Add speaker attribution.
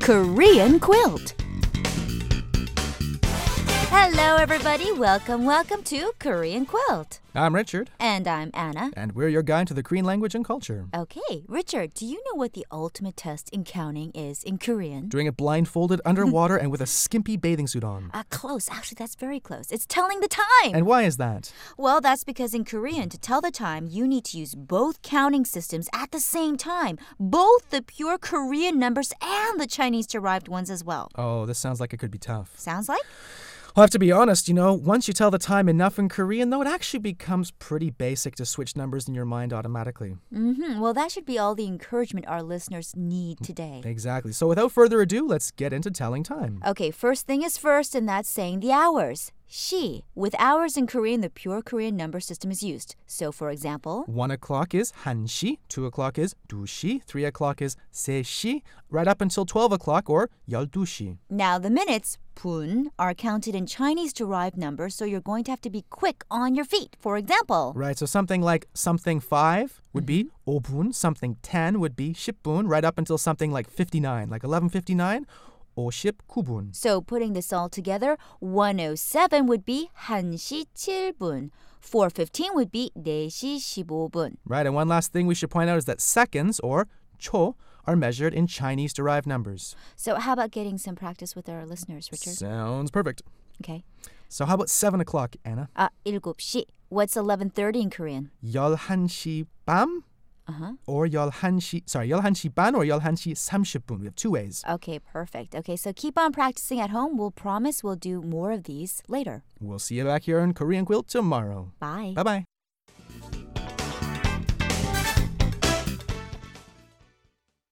Speaker 1: Korean quilt.
Speaker 2: Hello, everybody. Welcome, welcome to Korean Quilt.
Speaker 3: I'm Richard,
Speaker 2: And I'm Anna.
Speaker 3: and we're your guide to the Korean language and culture.
Speaker 2: Okay, Richard, do you know what the ultimate test in counting is in Korean?
Speaker 3: Doing it blindfolded, underwater, and with a skimpy bathing suit on.
Speaker 2: Ah, close. Actually, that's very close. It's telling the time.
Speaker 3: And why is that?
Speaker 2: well, that's because in Korean, to tell the time, you need to use both counting systems at the same time both the pure Korean numbers and the Chinese derived ones as well.
Speaker 3: Oh, this sounds like it could be tough.
Speaker 2: Sounds like?
Speaker 3: I'll have to be honest, you know, once you tell the time enough in Korean, though, it actually becomes pretty basic to switch numbers in your mind automatically.
Speaker 2: hmm Well, that should be all the encouragement our listeners need today.
Speaker 3: Exactly. So without further ado, let's get into telling time.
Speaker 2: Okay, first thing is first, and that's saying the hours. She. With hours in Korean, the pure Korean number system is used. So, for example,
Speaker 3: One o'clock is hanshi, two o'clock is dushi, three o'clock is seshi, right up until twelve o'clock or yaldushi.
Speaker 2: now the minutes, pun, are counted in Chinese derived numbers, so you're going to have to be quick on your feet. For example,
Speaker 3: Right, so something like something 5 would be
Speaker 2: Mm-hmm.
Speaker 3: obun, something 10 would be shippun, right up until something like 59, like 1159 or ship kubun.
Speaker 2: so putting this all together, 107 would be 한시 7분, 415 would be 4시 15분.
Speaker 3: Right, and one last thing we should point out is that seconds or cho are measured in Chinese derived numbers.
Speaker 2: So, how about getting some practice with our listeners, Richard?
Speaker 3: Sounds perfect.
Speaker 2: Okay.
Speaker 3: So how about 7 o'clock, Anna?
Speaker 2: Ah, 7시. What's 11:30 in Korean?
Speaker 3: 열한시 밤
Speaker 2: Uh-huh.
Speaker 3: or 열한시 sorry, 열한시 반 or 열한시 30분. We have two ways.
Speaker 2: Okay, perfect. Okay, so keep on practicing at home. We'll promise we'll do more of these later.
Speaker 3: We'll see you back here on Korean Quilt tomorrow.
Speaker 2: Bye.
Speaker 3: Bye-bye.